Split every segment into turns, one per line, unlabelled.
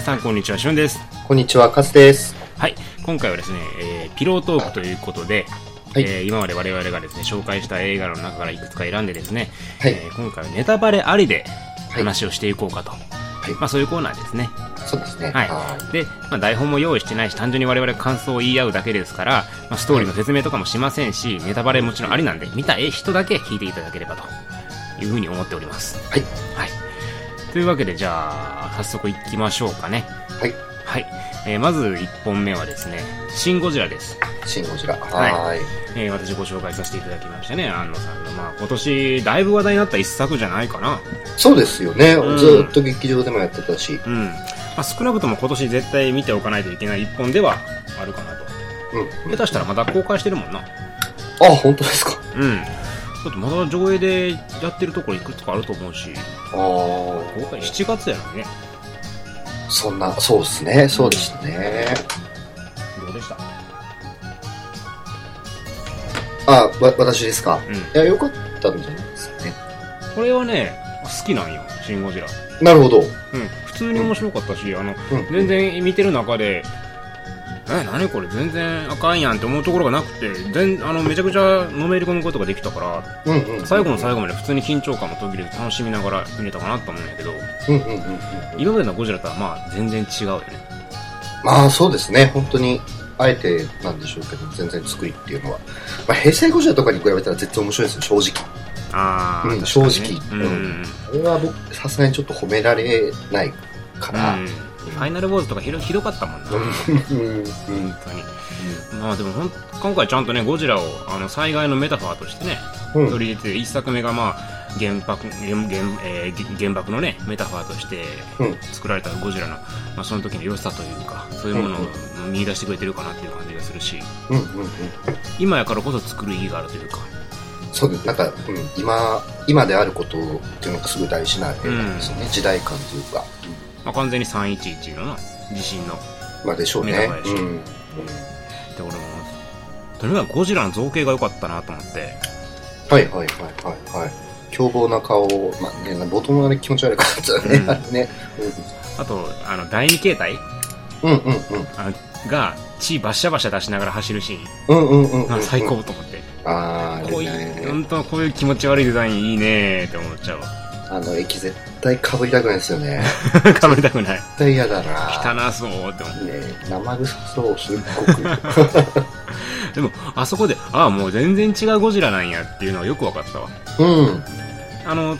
さんこんにちはしゅんです
こんにちは、カズです。
はい今回はですね、えーピロートークということで、
はい
えー今まで我々がですね紹介した映画の中からいくつか選んでですね、
はい
えー今回はネタバレありで
い
話をしていこうかと、
い
まあそういうコーナーですね
そうですね。
はい
は
で、まあ、台本も用意してないし単純に我々感想を言い合うだけですから、まあ、ストーリーの説明とかもしませんし、ネタバレもちろんありなんで見た人だけ聞いていただければというふうに思っております
はい、
はい、というわけでじゃあ早速いきましょうかね
い。
はい、えーまず1本目はですね「シン・ゴジラ」です、
シン・ゴジラ。
はい
はーい。
えー私ご紹介させていただきましたね安野さんの、まあ、今年だいぶ話題になった一作じゃないかな
そうですよね。ず
うん
ーっと劇場でもやってたし。
うん、まあ、少なくとも今年絶対見ておかないといけない1本ではあるかなと
うん。
下手したらまだ公開してるもんな
あ、本当ですか。
うんだってまだ上映でやってるところいくつかあると思うし
ああ
公開7月やのにね
そんな、そうですね。そうでしたね。
どうでした
あ、わ、私ですか。
うん
いや、よかったんじゃないですかね。
これはね好きなんよ「シン・ゴジラ」
なるほど。
うん、普通に面白かったし、あの
うん。
全然見てる中で、え、何これ、全然あかんやんって思うところがなくて、全あのめちゃくちゃのめり込むことができたから、
うんうん。
最後の最後まで普通に緊張感も途切れて楽しみながら見れたかなと思うんやけど、
うんうんうんうん。
今までのゴジラとはまあ全然違うよね。
まあ、そうですね。本当に。あえてなんでしょうけど、全然作りっていうのは。まあ、平成ゴジラとかに比べたら絶対面白いですよ、正直。
あー、
うん
確かにね
正直
うんうんうん。
これは僕、さすがにちょっと褒められないから。
うんファイナルウォーズとかひどひどかったもんな。本
うん。うん。
当に。まあでもほん、今回ちゃんとね、ゴジラをあの災害のメタファーとしてね、
うん。
取り入れて一作目がまあ原爆原原,、えー原爆のねメタファーとして
うん
作られたゴジラの、まあ、その時の良さというかそういうものを見出してくれてるかなっていう感じがするし
うんうんうん、
今やからこそ作る意義があるというか
そうですなんか、うん、今今であることっていうのがすごい大事な映画ですよね、時代感というか、
まあ、完全に311のな地震の
まあ、でしょう
目
ね
玉でしょ
うん、うん、
で俺もとにかくゴジラの造形が良かったなと思って
はいはいはいはいはい凶暴な顔まあね冒頭のあれ気持ち悪かったね、
うん
あれね
あとあの第二形態
うんうん
あのが血バシャバシャ出しながら走るシーン
うんうんうんうんうん、
あ
うん、
最高と思って、
あーあ
こ
れ
うい
ね
う本当こういう気持ち悪いデザインいいねーって思っちゃうわ
あの駅絶対かぶりたくないですよね
かぶりたくない
絶対嫌だな
汚そうって思う
ね生臭そうすっごく
でもあそこでああもう全然違うゴジラなんやっていうのはよく分かったわ
うん
あの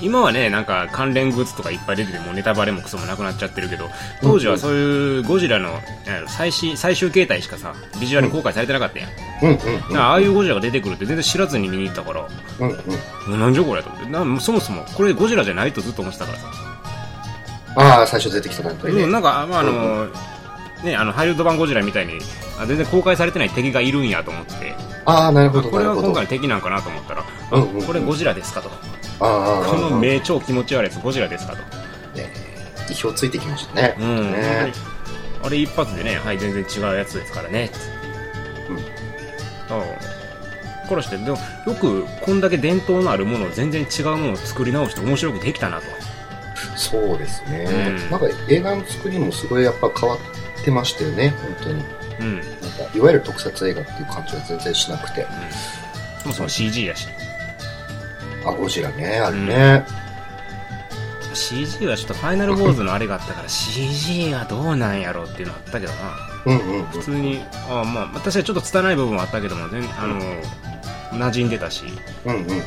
今はねなんか関連グッズとかいっぱい出ててもうネタバレもクソもなくなっちゃってるけど当時はそういうゴジラのなんやろ最新最終形態しかさビジュアル公開されてなかったやん、だ
うんうん
からああいうゴジラが出てくるって全然知らずに見に行ったから
うんうんうん
もうなんじゃこれと思ってなもうそもそもこれゴジラじゃないとずっと思ってたからさ、
ああ最初出てきた段階で、
うん、なんか、まああのね、あのハリウッド版ゴジラみたいにあ全然公開されてない敵がいるんやと思ってて
ああなるほど
これ
なる
は
ほど
今回の敵なんかなと思ったら、あ
うんうんうん
これゴジラですかと、
ああ
この名超気持ち悪いやつゴジラですかと、
ね意表ついてきましたね。
うん本当に
ね
あれ一発でね、はい、全然違うやつですからね、
うん
うん、殺して、でもよくこんだけ伝統のあるものを全然違うものを作り直して面白くできたなと、
そうですね、
うん
なんか映画の作りもすごいやっぱ変わってましたよね、本当に。なん
うんうん、
かいわゆる特撮映画っていう感じは全然しなくて。
そもそも CG やし、
あ、ゴジラね、あれね。
CG はちょっとファイナルウォーズのあれがあったから、CG はどうなんやろうっていうのあったけどな。
うんうんうん。
普通にあまあ私はちょっと拙い部分はあったけども全あの馴染んでたし
うんうんうんうん。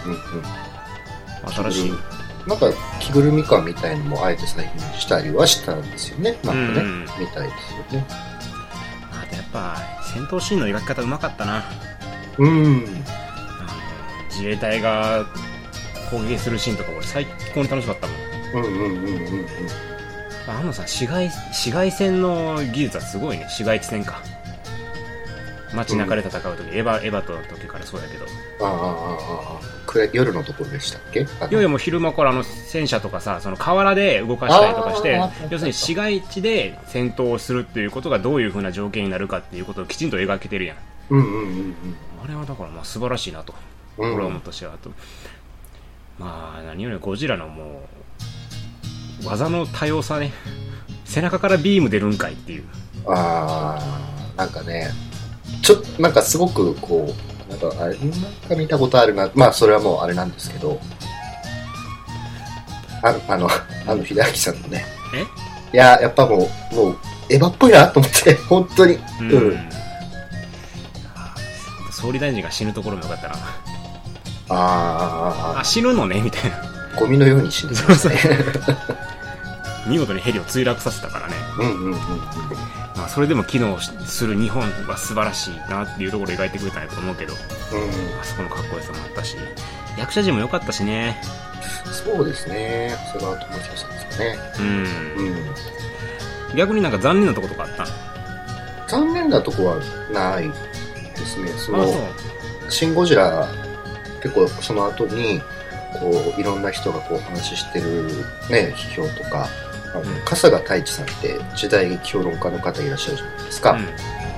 新しい、うん
なんか着ぐるみ感みたいのもあえて最近したりはしたんですよね、なんかね。みたいですよね。
あとやっぱ戦闘シーンの描き方うまかったな
うん。
あの自衛隊が攻撃するシーンとか俺最高に楽しかったもん
うんうんうんうんうん。
あのさ紫外紫外線の技術はすごいね紫外線か街中で戦う時、エヴァエヴァとの時からそうだけど
ああ、ああ、ああ。暗い夜のところでしたっけあの
いやいやもう昼間からあの戦車とかさその河原で動かしたりとかして
あー
要するに市街地で戦闘をするっていうことがどういう風な条件になるかっていうことをきちんと描けてるやん
うんうんうんうん。
あれはだからまあ素晴らしいなと
うん
俺は思ったしあとまあ何よりゴジラのもう技の多様さね背中からビーム出るんかいっていう。
あー、なんかね、ちょっと、なんかすごくこう、なんかあれ、なんか見たことあるな、まあそれはもうあれなんですけど、ああの、あの、秀明さんのね、
え
いや、やっぱもう、もう、エヴァっぽいなと思って、本当に。
うん
うん
総理大臣が死ぬところもよかったな。
あ
あ、死ぬのねみたいな。
ー、ゴミのように死んでますね。
見事にヘリを墜落させたからね。
うんうんうんうん。
まあ、それでも機能する日本は素晴らしいなっていうところを描いてくれたんやと思うけど、
うん
あそこのかっこよさもあったし、役者陣も良かったしね。
そうですね。長谷川智弘さんですかね。
うん。
うん。
逆になんか残念なとことかあった
残念なとこはないですね。その、
う。
シン・ゴジラ、結構その後に、こう、いろんな人がこう話してるね、批評とか、あの
うん
春日太一さんって時代評論家の方いらっしゃるじゃないですか。
うん。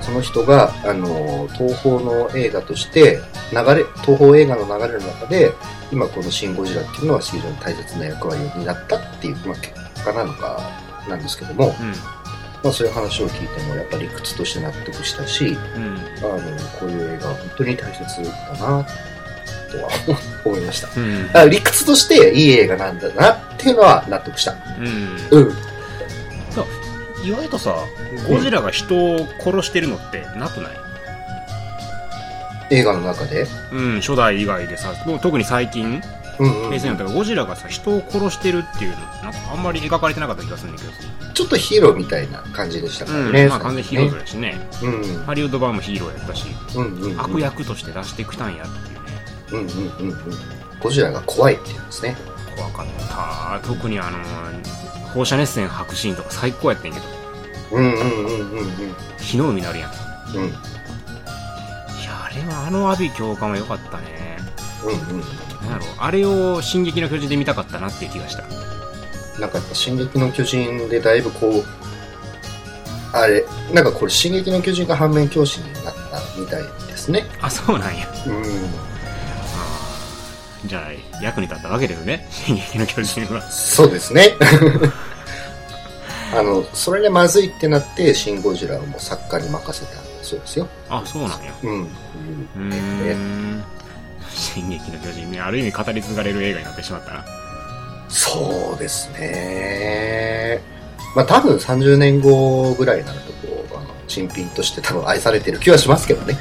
その人が、あの、東宝の映画として、流れ、東宝映画の流れの中で、今このシン・ゴジラっていうのは非常に大切な役割を担ったっていう、まあ、結果なのか、なんですけども、まあそういう話を聞いても、やっぱり理屈として納得したし、
うん。うん。
あの、こういう映画は本当に大切だな、とは思いました。
うん。
あ理屈としていい映画なんだなっていうのは納得した。
うん。
うん。
意外とさ、ゴジラが人を殺してるのってなくない
映画の中で。
うん、初代以外でさ、もう特に最近、
うん、うん。
平成になったからゴジラがさ、人を殺してるっていうの、なんかあんまり描かれてなかった気がするんだけどさ。
ちょっとヒーローみたいな感じでしたか
う
ら
ん、
ね。
まあ完全にヒーローだしね。
最初ね
ハリウッド版もヒーローやったし、
うん。うん。うん。うん
悪。役として出してきたんやっていうね。
うんうんうんうん。ゴジラが怖いって言うんですね。
怖かった。特にあの、放射熱線吐くシーンとか最高やってんけど、
うんうんうんうんうん。
火の海になるやん。い
うんうん
や、あれはあの阿ビ教官は良かったね。
うん。
なんやろう、あれを進撃の巨人で見たかったなっていう気がした。
なんかやっぱ「進撃の巨人」でだいぶこうあれなんかこれ「進撃の巨人」が反面教師になったみたいですね
あ、そうなんや。
うん
じゃあ、役に立ったわけですね。進撃の巨人は。
そうですね あのそれでまずいってなって「シン・ゴジラ」をもう作家に任せたそうですよ
あ、そうなんや。
うん
うーん。進撃の巨人ね、ある意味語り継がれる映画になってしまったな。
そうですねまあ多分30年後ぐらいになるとこうあの珍品として多分愛されてる気はしますけどね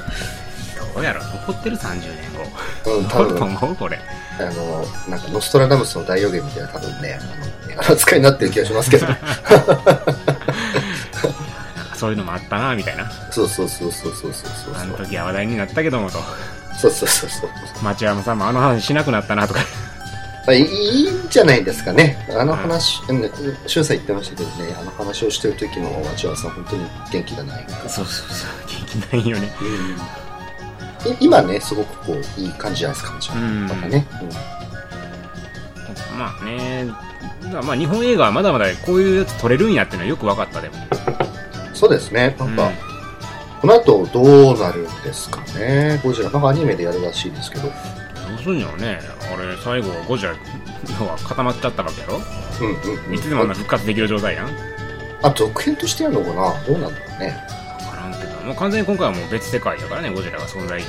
どうやろ、残ってる30年後。
うん多
残ると
分
思うこれ。
あの、なんかノストラダムスの大予言みたいな多分ね、あの、柄扱いになってる気がしま すけど。
なんかそういうのもあったな、みたいな。
そうそうそうそうそうそうそう。
あの時は話題になったけどもと。
そうそうそうそう。
町山さんもあの話しなくなったなとか。
まあいいいんじゃないですかね。あの話、うん、俊さん言ってましたけどね、あの話をしてる時の町はさん本当に元気がない。
そうそうそう。元気ないよね。
い今ね、すごくこう、いい感じじゃないですか、町は。
うん
またね。
まあね、まあ日本映画はまだまだこういうやつ撮れるんやっていうのはよく分かったでも。
うんそうですね。なんか、
うん
この後どうなるんですかね。ゴジラ、なんかアニメでやるらしいですけど。
どうすんやろねあれ最後はゴジラ要は固まっちゃったわけやろ
うんうん、うん。
いつでもな復活できる状態やん分
あ、続編としてやるのかなどうなんだろうね。
からんけどもう完全に今回はもう別世界やからねゴジラが存在し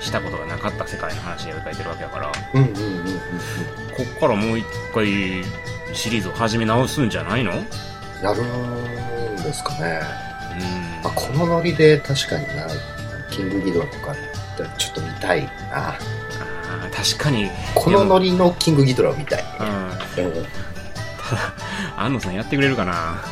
したことがなかった世界の話で描いてるわけやから
うんうんうんうんうん。
こっからもう一回シリーズを始め直すんじゃないのうん
やるんですかね。まあ、このノリで確かにな、キングギドラとか、ちょっと見たいな。
あー確かに、うん、
このノリのキングギドラを見たい。うん
安野さんやってくれるかな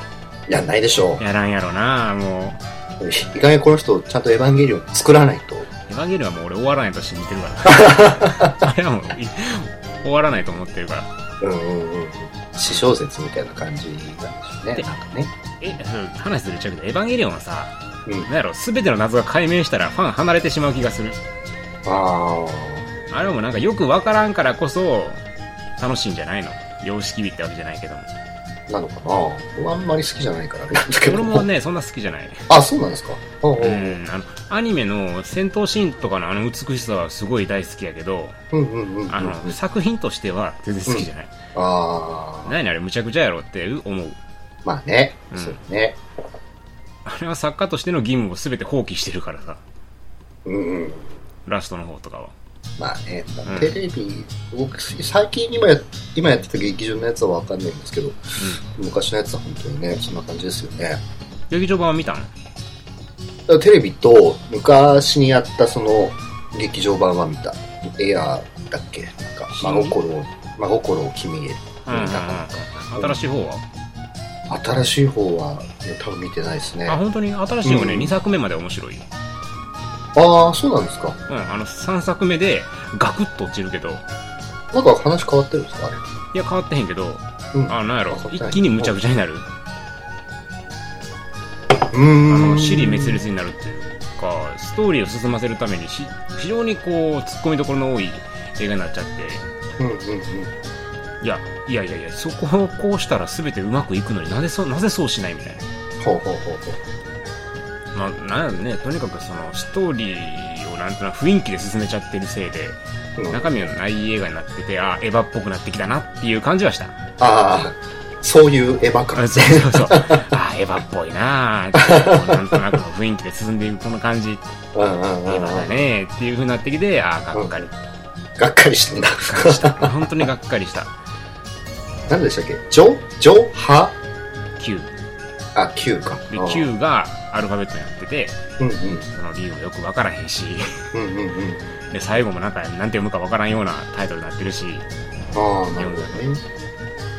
やんないでしょ
やらんやろなも
う。意外にこの人、ちゃんとエヴァンゲリオン作らないと。
うエヴァンゲリオンはもう俺終わらないと信じてる からあれはもうい終わらないと思ってるから
うんうんうん。私小説みたいな感じなんでしょうね。
で
なんかね。
え、うん話ずれちゃうけど、エヴァンゲリオンはさ、
うん
なんやろ、すべての謎が解明したらファン離れてしまう気がする。
あ
あれはもうなんかよくわからんからこそ、楽しいんじゃないの様式美ってわけじゃないけども。
あ、なのかな。僕あんまり好きじゃないからあれなんだけど。
俺もね、そんな好きじゃない。
あ、そうなんですか。うんう
うんん、あの、アニメの戦闘シーンとかのあの美しさはすごい大好きやけど、
うんうんうんうん。
あの、作品としては全然好きじゃない。
あー
何あれ、むちゃくちゃやろって思う。
まあね、
うん
そうね。
あれは作家としての義務を全て放棄してるからさ
うんうん。
ラストの方とかは
まあね、
うん
テレビ、僕、最近今や今やってた劇場のやつはわかんないんですけど、昔のやつは本当にね、そんな感じですよね。
劇場版は見たの
だからテレビと昔にやったその劇場版は見た。エアーだっけなんか、真心を、真心を君へ。
うんうんうん新しい方は、
新しい方は、いや多分見てないですね。
あ
あ
本当に新しい方ね、
うん
2作目まで面白いよ
あー、そうなんですか。
うんあの3作目でガクッと落ちるけど
なんか話変わってるんですかあれ。
いや変わってへんけど
うん
あなんやろ
そう
一気にむちゃくちゃになる
う
あ
ーん。
の尻滅裂になるっていうかストーリーを進ませるためにし非常にこう突っ込みどころの多い映画になっちゃって
うんうんうん。
いやいやいやいやそこをこうしたら全てうまくいくのになぜそうなぜそうしないみたいな
ほうほうほうほう。
まあ、なんやろね、とにかくそのストーリーをなんとなく雰囲気で進めちゃってるせいで、
うん
中身のない映画になってて、あ、エヴァっぽくなってきたなっていう感じはした。
ああ、そういうエヴァ
あ
感。
そうそうそう。あ、エヴァっぽいなあこうなんとなくの雰囲気で進んでいくこの感じ、エ
うんうんうん
ヴァ
う
だ
ん。
ねっていう風になってきて、あ、がっかり。
がっかりしてんだ。
本当にがっかりした。
何でしたっけジョジョハ
Q。
あ、Q か。
で
あ、ー
Q がアルファベットになってて、
うん
その理由もよくわからへんし、
うん。うんうんうん。
で、最後もなんか、なんて読むかわからんようなタイトルになってるし、
ああ、なるほどね。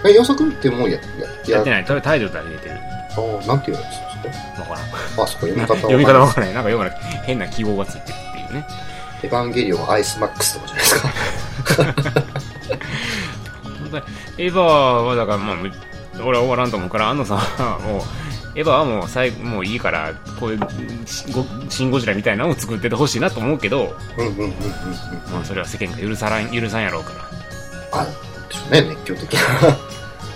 え、予測ってもうや、や、
や
や
ってない、とりあえずタイトルだけ出てる。
あーなんていうやつです
わからん。
かあ、そこ読み方
読み方わからない。なんかよくわからない。変な記号がついてるっていうね。
エヴァンゲリオンアイスマックスとかじゃないですか。
本当にエヴァはだから、まあ、む俺は終わらんと思うから、安野さんはもう、エヴァはもう最後、もういいから、こういう、しごシンゴジラみたいなのを作っててほしいなと思うけど、
うんうんうんうんうん。
まあ、それは世間が許さらん、許さんやろうから。
あ、でしょうね、熱狂的な。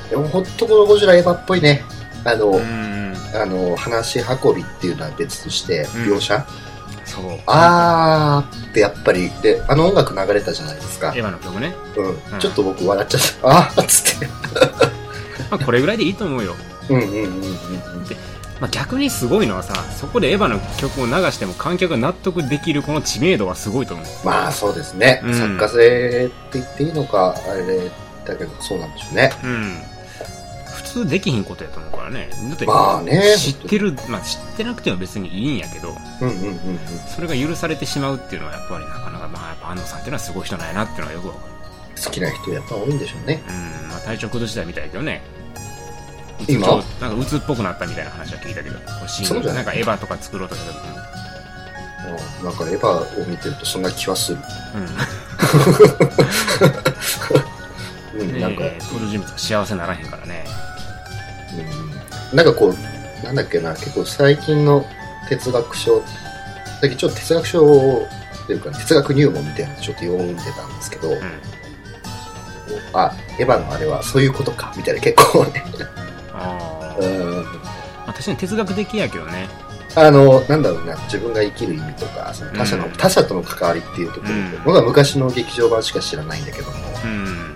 でもほんとこのゴジラエヴァっぽいね。あの、
うーん、
あの、話運びっていうのは別として、描写、
そう。
あーってやっぱり、で、あの音楽流れたじゃないですか
エ。ヴァの曲ね。
うん。ちょっと僕笑っちゃった。あーっつって。
まあ、これぐらいでいいと思うよ。
うんうんうんうんうん。
まあ、逆にすごいのはさ、そこでエヴァの曲を流しても観客が納得できるこの知名度はすごいと思う。
まあそうですね。
うん
作家性って言っていいのか、あれだけど、そうなんでしょうね。
うん普通できひんことやと思うからねだって、
まあね
知ってる、まあ、知ってなくても別にいいんやけど
うんうんうんうん。
それが許されてしまうっていうのはやっぱりなかなか、まあ、やっぱ安藤さんっていうのはすごい人なんやなっていうのはよくわか
好きな人やっぱ多いんでしょうね。
るうん、まあ、体調崩したみたいだけどね
今
ちょっとなんか鬱っぽくなったみたいな話は聞いたけどこうシ
そ
ー
う
ン
じゃな
ないんかエヴァとか作ろうとした時
うんなんかエヴァを見てるとそんな気 はする。
に、うん
うん、
ね
なんか、うん
登場人物が幸せにならへんからね
なんかこう、なんだっけな、結構最近の哲学書、最近ちょっと哲学書というか、哲学入門みたいなのちょっと読んでたんですけど、
うん
あ、エヴァのあれはそういうことか、みたいな結構ね。
あ
う
ー、
ん
まあ、確かに哲学的やけどね
あの、なんだろうな、自分が生きる意味とか、その他者の、
うん
他者との関わりっていうところで、
うん
僕は昔の劇場版しか知らないんだけども、
うん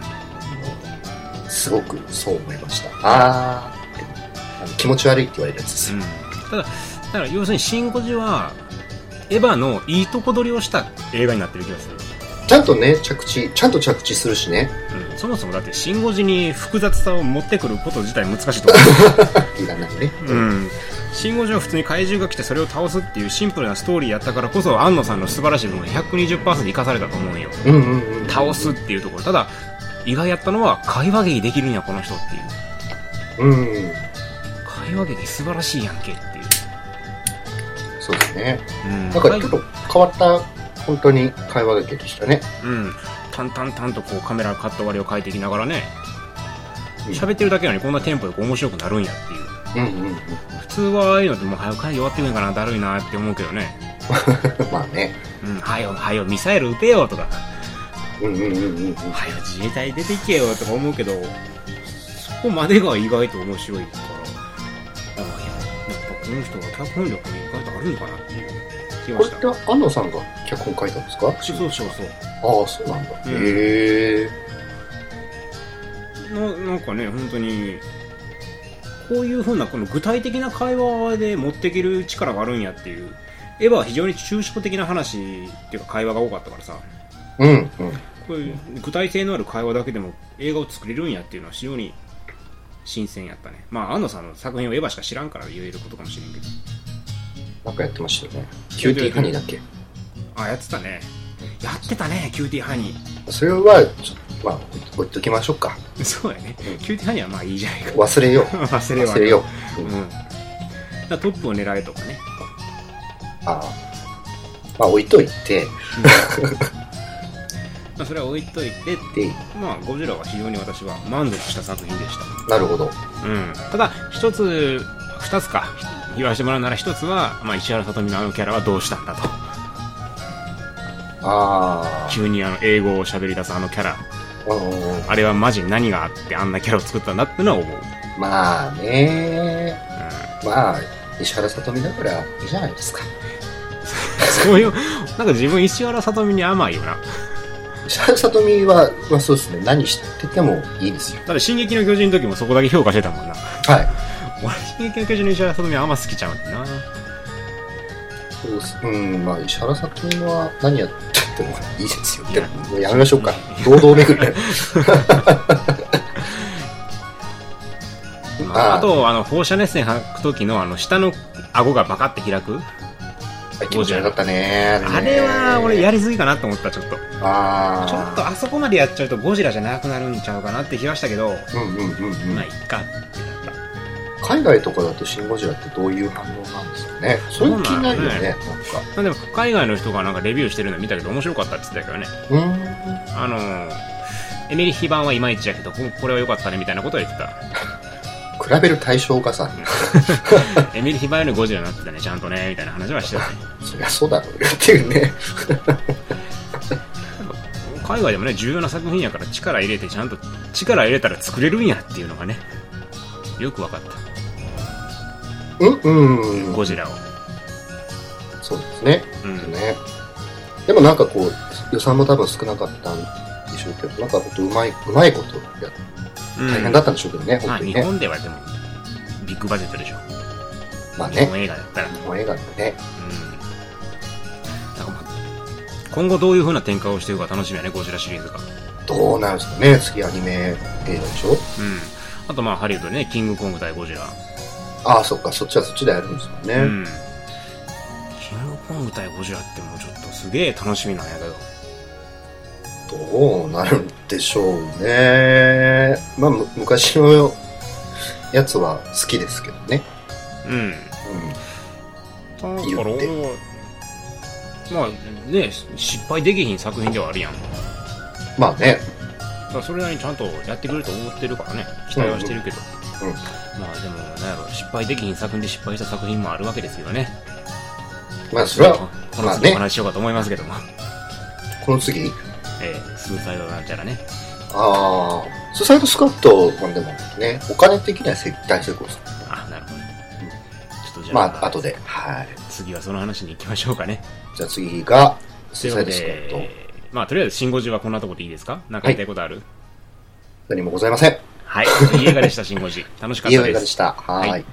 すごくそう思いました。あーって、あの気持ち悪いって言われるやつです
う
よ。
ん、ただだから要するに「シン・ゴジ」はエヴァのいいとこ取りをした映画になってる気がする、
ちゃんとね、着地、ちゃんと着地するしね、
うん、そもそもだって「シン・ゴジ」に複雑さを持ってくること自体難しいと思
いらないね。
う、うん、シン・ゴジは普通に怪獣が来てそれを倒すっていうシンプルなストーリーやったからこそ安野さんの素晴らしい部分が120%生かされたと思うんよ
うんうんうん。
倒すっ。ていうところただ意外やったのは会話劇できるんやこの人っていう
うん。
会話劇素晴らしいやんけっていう、
そうですね。
うん、
なんかちょっと変わった、本当に会話劇でしたね。
うん、淡々々とこうカメラカット割りを変えていきながらね
うん
喋ってるだけなのにこんなテンポよく面白くなるんやっていう
うんうん うん。
普通はああいうのってもう早く会議終わってくんかなだるいなって思うけどね
まあね。
うんはよはよミサイル撃てよとか
うんうんうんうんうん。
はよ自衛隊出ていけよとか思うけどそこまでが意外と面白いからああいややっぱこの人は脚本力に意外とあるんかなっていう気が
こ
し
れ
た
って安藤さんが脚本書いたんですか
そうそうそう
ああ、そうなんだ。
うん
へえ。
ななんかね本当にこういうふうなこの具体的な会話で持っていける力があるんやっていうエヴァは非常に抽象的な話っていうか会話が多かったからさ
うん、うん。
こういう具体性のある会話だけでも映画を作れるんやっていうのは非常に新鮮やったねまあ安野さんの作品をエヴァしか知らんから言えることかもしれんけど
なんかやってましたよね。キューティーハニーだっけ
あやってたねやってたねキューティーハ ニ
それは、ちょっと、まあ、置いときましょうか。
ーそうやねキューティーハニーはまあいいじゃないか
忘れよう。
忘れは
忘れよう。
う
うんん、
だからトップを狙えとかね
ああまあ、置いといて、
まあそれは置いといて
で、
まあゴジラは非常に私は満足した作品でし
なるほど。
た、うん、ただ一つ二つか言わせてもらうなら一つは、まあ、石原さとみのあのキャラはどうしたんだと
あ
急にあの英語を喋り出すあのキャラ
あ、うん、
あれはマジ何があってあんなキャラを作ったんだってのは思う、
まあねまあ、石原さとみだからいいじゃないですか。
うん、そういうなんか自分石原さとみに甘いよな
石原さとみは、まあそうですね、何しててもいいですよ。
ただ「進撃の巨人」の時もそこだけ評価してたもんな
はい。
俺「進撃の巨人」の石原さとみあんま好きちゃうんだな
そうです。うん、まあ石原さとみは何やっててもいいですよ。でもうやめましょうか。堂々巡り。
ま
あ
あ
あ
あ とあの放射熱線吐く時のあの下の顎がバカって開く
気持ち悪かったね。
あれは俺やりすぎかなと思ったちょっと
あ
ちょっとあそこまでやっちゃうとゴジラじゃなくなるんちゃうかなって気がしたけど、
と。うんうんうんう
まあ、
ん
い。っかってなっ
海外とかだとシンゴジラってどういう反応なんですかね。それ気になるよね、なんか。
た。まあ、でも、海外の人がなんかレビューしてるの見たけど面白かったって言ってたけどね。
うーん。
あのー、エミリヒ版はいまいちやけど、ここれは良かったねみたいなことは言って
比べる対象がさ、
た。エミリヒ版よりゴジラになってたね、ちゃんとね、みたいな話はしてたね。
そりゃそうだろうよっていうね。
海外でもね、重要な作品やから力入れて、ちゃんと力入れたら作れるんやっていうのがね、よく分かった。
うんうん。
ゴジラを。
そうですね。
うん。
ね。でもなんかこう、予算も多分少なかったんでしょうけど、なんかほんとうまい、うまいことやって、大変だったんでしょうけどね、
うんまあ、
本当に
日
ね。
本ではでも、ビッグバジェットでしょ。
まあ
日
ね、
本映画だったら。
日本映画ってね。
うんなんかまあ今後どういう風な展開をしていくか楽しみやね、ゴジラシリーズが。うん。
どうなるんですかね、次アニメ映画でしょ
あとまあ、ハリウッドね、キングコング対ゴジラ。
ああ、そっか、そっちはそっちでやるんですもんね。
うん。キングコング対ゴジラってもうちょっとすげえ楽しみなんやけど。
どうなるんでしょうね。まあ、む昔のやつは好きですけどね。
うん。だ
言
か
っ
ら
て
俺は、まあね、失敗できひん作品ではあるやん。だ
うん、まあね、
からそれなりにちゃんとやってくれると思ってるからね、期待はしてるけど。
うんうん
まあでも、なんやろ、失敗できひん作品で失敗した作品もあるわけですけどね。
まあそれは、
この
まあ
次
ね
お話ししようかと思いますけども、
この次
えー、スーサイドなんちゃらね、
ああ、スーサイドスカットなんでもね、お金的には絶対成功する。
あなるほど、ちょっとじゃあ、
まあ、後で。はい。
次はその話に行きましょうかね。
じゃあ次が、
とい
スー
うこ
サイ
と
ドスカ
で
ット。、
まあ、とりあえず、シン・ゴジはこんなとこでいいですかなんか言いたいことある
何もございません。
はい、いい映画でした、シン・ゴジ。楽しかっ
いい
た
映
で
画
す
で。した。は
は
ー
い
い。